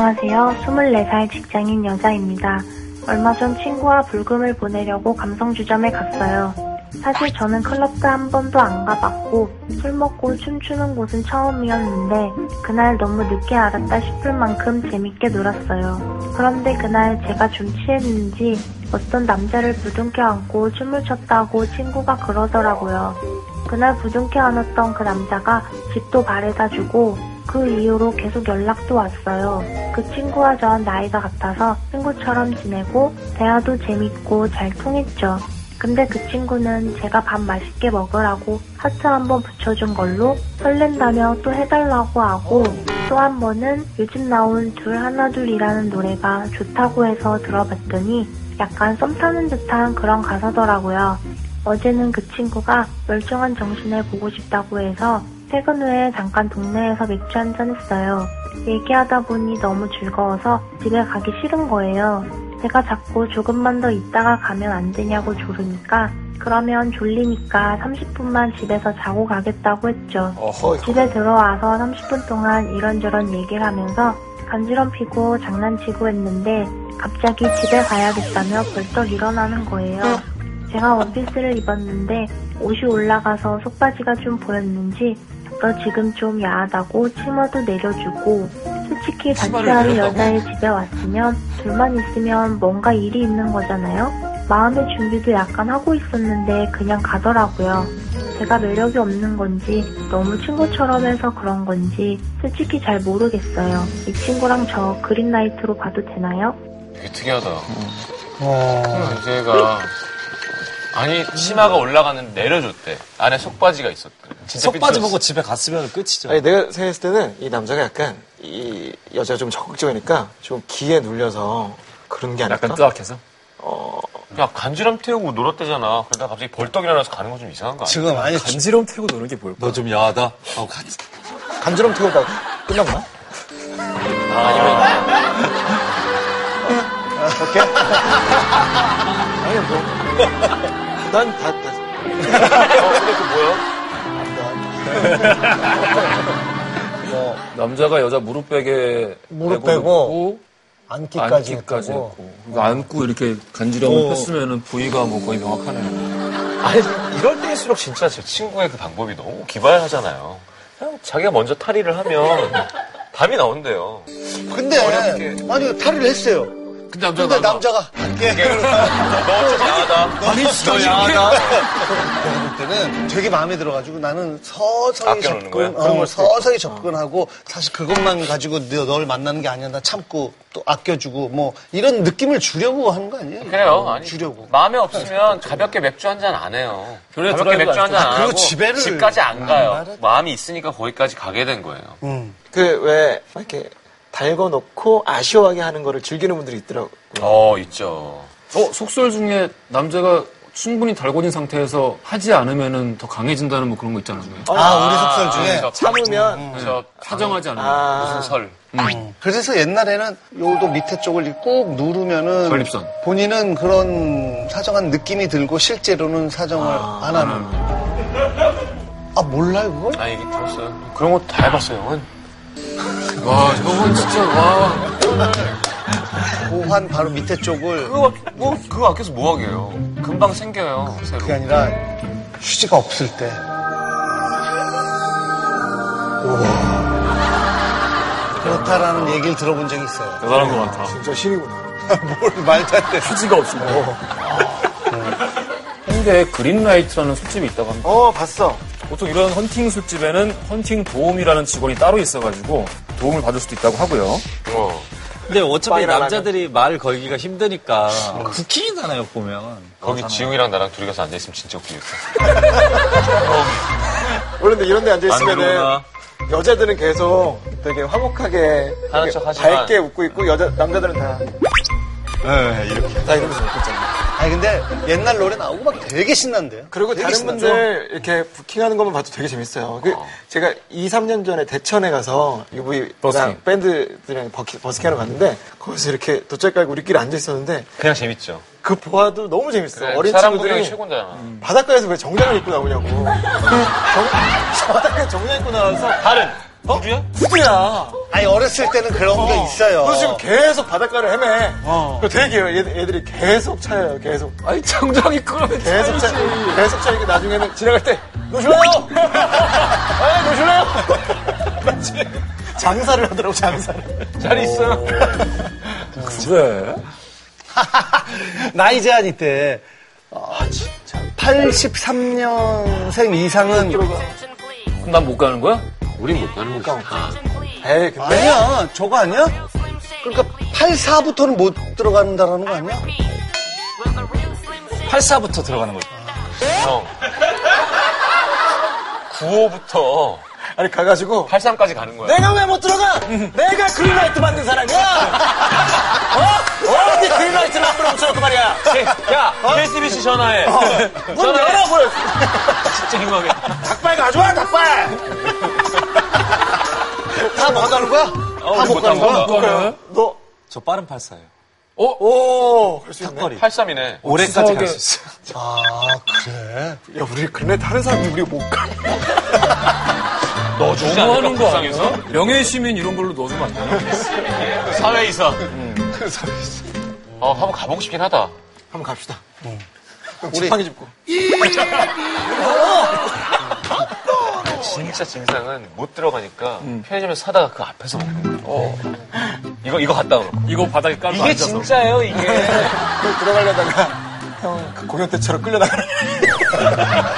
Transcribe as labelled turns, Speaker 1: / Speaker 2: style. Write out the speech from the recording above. Speaker 1: 안녕하세요. 24살 직장인 여자입니다. 얼마 전 친구와 불금을 보내려고 감성주점에 갔어요. 사실 저는 클럽도 한 번도 안 가봤고 술 먹고 춤추는 곳은 처음이었는데 그날 너무 늦게 알았다 싶을 만큼 재밌게 놀았어요. 그런데 그날 제가 좀 취했는지 어떤 남자를 부둥켜 안고 춤을 췄다고 친구가 그러더라고요. 그날 부둥켜 안았던 그 남자가 집도 바래다 주고 그 이후로 계속 연락도 왔어요. 그 친구와 전 나이가 같아서 친구처럼 지내고 대화도 재밌고 잘 통했죠. 근데 그 친구는 제가 밥 맛있게 먹으라고 하트 한번 붙여준 걸로 설렌다며 또 해달라고 하고 또 한 번은 요즘 나온 둘 하나둘이라는 노래가 좋다고 해서 들어봤더니 약간 썸 타는 듯한 그런 가사더라고요. 어제는 그 친구가 멀쩡한 정신을 보고 싶다고 해서 퇴근 후에 잠깐 동네에서 맥주 한잔 했어요. 얘기하다 보니 너무 즐거워서 집에 가기 싫은 거예요. 제가 자꾸 조금만 더 있다가 가면 안 되냐고 조르니까 그러면 졸리니까 30분만 집에서 자고 가겠다고 했죠.
Speaker 2: 어허.
Speaker 1: 집에 들어와서 30분 동안 이런저런 얘기를 하면서 간지럼피고 장난치고 했는데 갑자기 집에 가야겠다며 벌떡 일어나는 거예요. 제가 원피스를 입었는데 옷이 올라가서 속바지가 좀 보였는지 너 지금 좀 야하다고 치마도 내려주고 솔직히
Speaker 2: 치마를
Speaker 1: 자취하는
Speaker 2: 내렸다고?
Speaker 1: 여자의 집에 왔으면 둘만 있으면 뭔가 일이 있는 거잖아요. 마음의 준비도 약간 하고 있었는데 그냥 가더라고요. 제가 매력이 없는 건지 너무 친구처럼 해서 그런 건지 솔직히 잘 모르겠어요. 이 친구랑 저 그린라이트로 봐도 되나요?
Speaker 3: 되게 특이하다.
Speaker 4: 와.
Speaker 3: 문제가 아니 치마가 올라가는데 내려줬대. 안에 속바지가 있었대. 진짜
Speaker 4: 속바지
Speaker 3: 삐뚤었어.
Speaker 4: 보고 집에 갔으면 끝이죠.
Speaker 2: 아니 내가 생각했을 때는 이 남자가 약간 이 여자가 좀 적극적이니까 좀 기에 눌려서 그런 게 아닐까?
Speaker 5: 약간 뜨악해서?
Speaker 3: 야 간지럼 태우고 놀았대잖아. 그러다 갑자기 벌떡 일어나서 가는 건 좀 이상한 거 아니야?
Speaker 5: 지금 아니 간지럼 태우고 노는 게 뭘까?
Speaker 4: 너 좀 야하다. 어, 가-
Speaker 2: 간지럼 태우다 끝나구나?
Speaker 5: 아,
Speaker 2: 아, 아니면. 오케이? 아니, 뭐. 난 다, 다.
Speaker 5: 남자가 여자 무릎 베개
Speaker 6: 무릎
Speaker 5: 베고도
Speaker 6: 베고 앉기까지,
Speaker 5: 안기까지
Speaker 6: 했다고.
Speaker 5: 했고 그러니까 안고 이렇게 간지럼을 폈으면 부위가 뭐 거의 명확하네요.
Speaker 3: 어. 아니 이럴 때일수록 진짜 제 친구의 그 방법이 너무 기발하잖아요. 그냥 자기가 먼저 탈의를 하면 답이 나온대요.
Speaker 6: 근데
Speaker 3: 어렵게.
Speaker 6: 아니 탈을 했어요.
Speaker 3: 근데 남자가 예.
Speaker 6: 근데 남자가 안게
Speaker 3: 너좀 야하다.
Speaker 6: 아니
Speaker 3: 너
Speaker 6: 그럴 때는 되게 마음에 들어가지고 나는 서서히
Speaker 3: 아껴놓는 거야?
Speaker 6: 접근, 어, 서서히 접근하고 사실 그것만 가지고 너- 널 만나는 게 아니야. 나 참고 또 아껴주고 뭐 이런 느낌을 주려고 하는 거 아니에요?
Speaker 3: 그래요. 아니
Speaker 6: 주려고.
Speaker 3: 마음에 없으면 가볍게 맥주 한 잔 안 해요.
Speaker 5: 별에
Speaker 3: 가볍게
Speaker 5: 들어가지도
Speaker 3: 맥주 한 잔 안
Speaker 6: 않죠.
Speaker 3: 하고
Speaker 6: 그렇죠. 그리고 집에를
Speaker 3: 집까지 안
Speaker 6: 안
Speaker 3: 가요.
Speaker 6: 가요.
Speaker 3: 마음이 있으니까 거기까지 가게 된 거예요.
Speaker 6: 음.
Speaker 2: 그, 왜, 막 이렇게 달궈 놓고 아쉬워하게 하는 거를 즐기는 분들이 있더라고요.
Speaker 3: 어 있죠.
Speaker 5: 어 속설 중에 남자가 충분히 달궈진 상태에서 하지 않으면은 더 강해진다는 뭐 그런 거 있잖아요. 네.
Speaker 6: 아, 우리 속설 중에.
Speaker 3: 저-
Speaker 6: 음.
Speaker 2: 참으면,
Speaker 3: 저
Speaker 5: 음. 사정하지 않으면
Speaker 2: 아,
Speaker 3: 무슨 설.
Speaker 6: 그래서 옛날에는 요도 밑에 쪽을 꾹 누르면은
Speaker 5: 전립선.
Speaker 6: 본인은 그런 사정한 느낌이 들고 실제로는 사정을 안 하는. 아 몰라요 그걸?
Speaker 3: 아 얘기 들었어요. 그런 거 다 해봤어요 형은.
Speaker 5: 와 형은 진짜 와 아.
Speaker 6: 고환 바로 밑에 쪽을
Speaker 3: 그거 뭐 그거 아껴서 뭐 하게요? 금방 생겨요 새로.
Speaker 6: 그게 아니라 휴지가 없을 때. 우와. 그렇다라는 얘기를 들어본 적이 있어요.
Speaker 5: 대단한 것 같아.
Speaker 2: 진짜 신이구나.
Speaker 6: 뭘 말도 안 돼.
Speaker 5: 휴지가 없습니다. 홍대에 그린라이트라는 술집이 있다고 합니다.
Speaker 2: 어, 봤어.
Speaker 5: 보통 이런 헌팅 술집에는 헌팅 도움이라는 직원이 따로 있어가지고 도움을 받을 수도 있다고 하고요.
Speaker 3: 어.
Speaker 7: 근데 어차피
Speaker 2: 빵이랑
Speaker 7: 남자들이 말 걸기가 힘드니까 국힘이잖아요 보면.
Speaker 3: 거기 지웅이랑 나랑 둘이 가서 앉아있으면 진짜 웃기겠어.
Speaker 2: 그런데 이런 데
Speaker 3: 안
Speaker 2: 앉아있으면은
Speaker 3: 들어오나?
Speaker 2: 여자들은 계속 되게 화목하게
Speaker 3: 하는
Speaker 2: 되게
Speaker 3: 척 하지만
Speaker 2: 밝게 웃고 있고 여자 남자들은 다
Speaker 3: 네,
Speaker 6: 아니 근데 옛날 노래 나오고 막 되게 신난데요.
Speaker 2: 그리고
Speaker 6: 되게
Speaker 2: 다른
Speaker 6: 신나죠?
Speaker 2: 분들 이렇게 부킹하는 것만 봐도 되게 재밌어요. 그 제가 2, 3년 전에 대천에 가서 UV랑
Speaker 5: 버스킹.
Speaker 2: 밴드들이랑 버키- 버스킹하러 갔는데 거기서 이렇게 돗자 깔고 우리끼리 앉아 있었는데
Speaker 3: 그냥 재밌죠.
Speaker 2: 그 보아도 너무 재밌어.
Speaker 3: 그래,
Speaker 2: 어린
Speaker 3: 네, 사람 구경이 음.
Speaker 2: 친구들이
Speaker 3: 최고잖아.
Speaker 2: 바닷가에서 왜 정장을 입고 나오냐고. 정- 바닷가에 정장 입고 나와서
Speaker 3: 다른 누구야?
Speaker 2: 후드야.
Speaker 6: 아니 어렸을 때는 그런 게 있어요.
Speaker 2: 그래서 지금 계속 바닷가를 헤매. 그 되게요. 얘들, 애들이 계속 차요. 계속.
Speaker 5: 아니 정장이 그러면
Speaker 2: 계속 차. 계속 차니까 나중에는 지나갈 때 노실래요? 아 노실래요? 장사를 하더라고 장사를.
Speaker 3: 잘 있어.
Speaker 6: 나이 제한이 때 아, 진짜 83년생 이상은
Speaker 5: 그럼 난 못 가는 거야?
Speaker 3: 우린 못 가는 거지.
Speaker 2: 에이 근데
Speaker 6: 아니야 저거 아니야? 그러니까 84부터는 못 들어간다라는 거 아니야?
Speaker 7: 84부터 들어가는 거죠.
Speaker 3: 형. 9호부터
Speaker 2: 아니 가가지고
Speaker 3: 83까지 가는 거야.
Speaker 2: 내가 왜 못 들어가? 내가 그린라이트 받는 사람이야. 어? 어디 그린라이트를 앞으로 붙여놓고 말이야.
Speaker 3: 야, KCBC 전화해.
Speaker 2: 문 열어보여.
Speaker 7: 진짜 희망해.
Speaker 2: 닭발 가져와 닭발.
Speaker 6: 다 못 가는 거야? 뭐, 다 못 가는 거야? 어?
Speaker 2: 너.
Speaker 4: 저 빠른 84예요.
Speaker 2: 오, 그럴 수 있네.
Speaker 4: 턱걸이.
Speaker 3: 83이네.
Speaker 2: 어,
Speaker 4: 올해까지 갈 수 있어요.
Speaker 6: 아 그래
Speaker 2: 야, 우리 그네 다른 사람이 우리 못 가.
Speaker 3: 너 주지
Speaker 5: 뭐
Speaker 3: 어, 않을까,
Speaker 5: 하는 거
Speaker 3: 구상에서?
Speaker 5: 아니야? 명예 시민 이런 걸로 넣어주면 안 되나?
Speaker 3: 사회이사.
Speaker 5: 음. 그
Speaker 3: 어, 한번 가보고 싶긴 하다.
Speaker 2: 한번 갑시다. 그럼
Speaker 6: 우리-
Speaker 2: 지팡이 짚고.
Speaker 3: 진짜 증상은 못 들어가니까
Speaker 5: 음.
Speaker 3: 편의점에서 사다가 그 앞에서 먹는 거야. 이거, 이거 갖다 놓고.
Speaker 5: 어. 이거 바닥에 깔고
Speaker 3: 이게
Speaker 5: 앉아서.
Speaker 3: 진짜예요, 이게.
Speaker 2: 그 들어가려다가 형 그 공연 때처럼 끌려나가는.